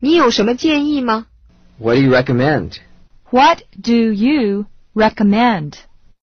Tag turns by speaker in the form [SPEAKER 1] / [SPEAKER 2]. [SPEAKER 1] 你有什么建议吗
[SPEAKER 2] What do you recommend?
[SPEAKER 3] What do you recommend?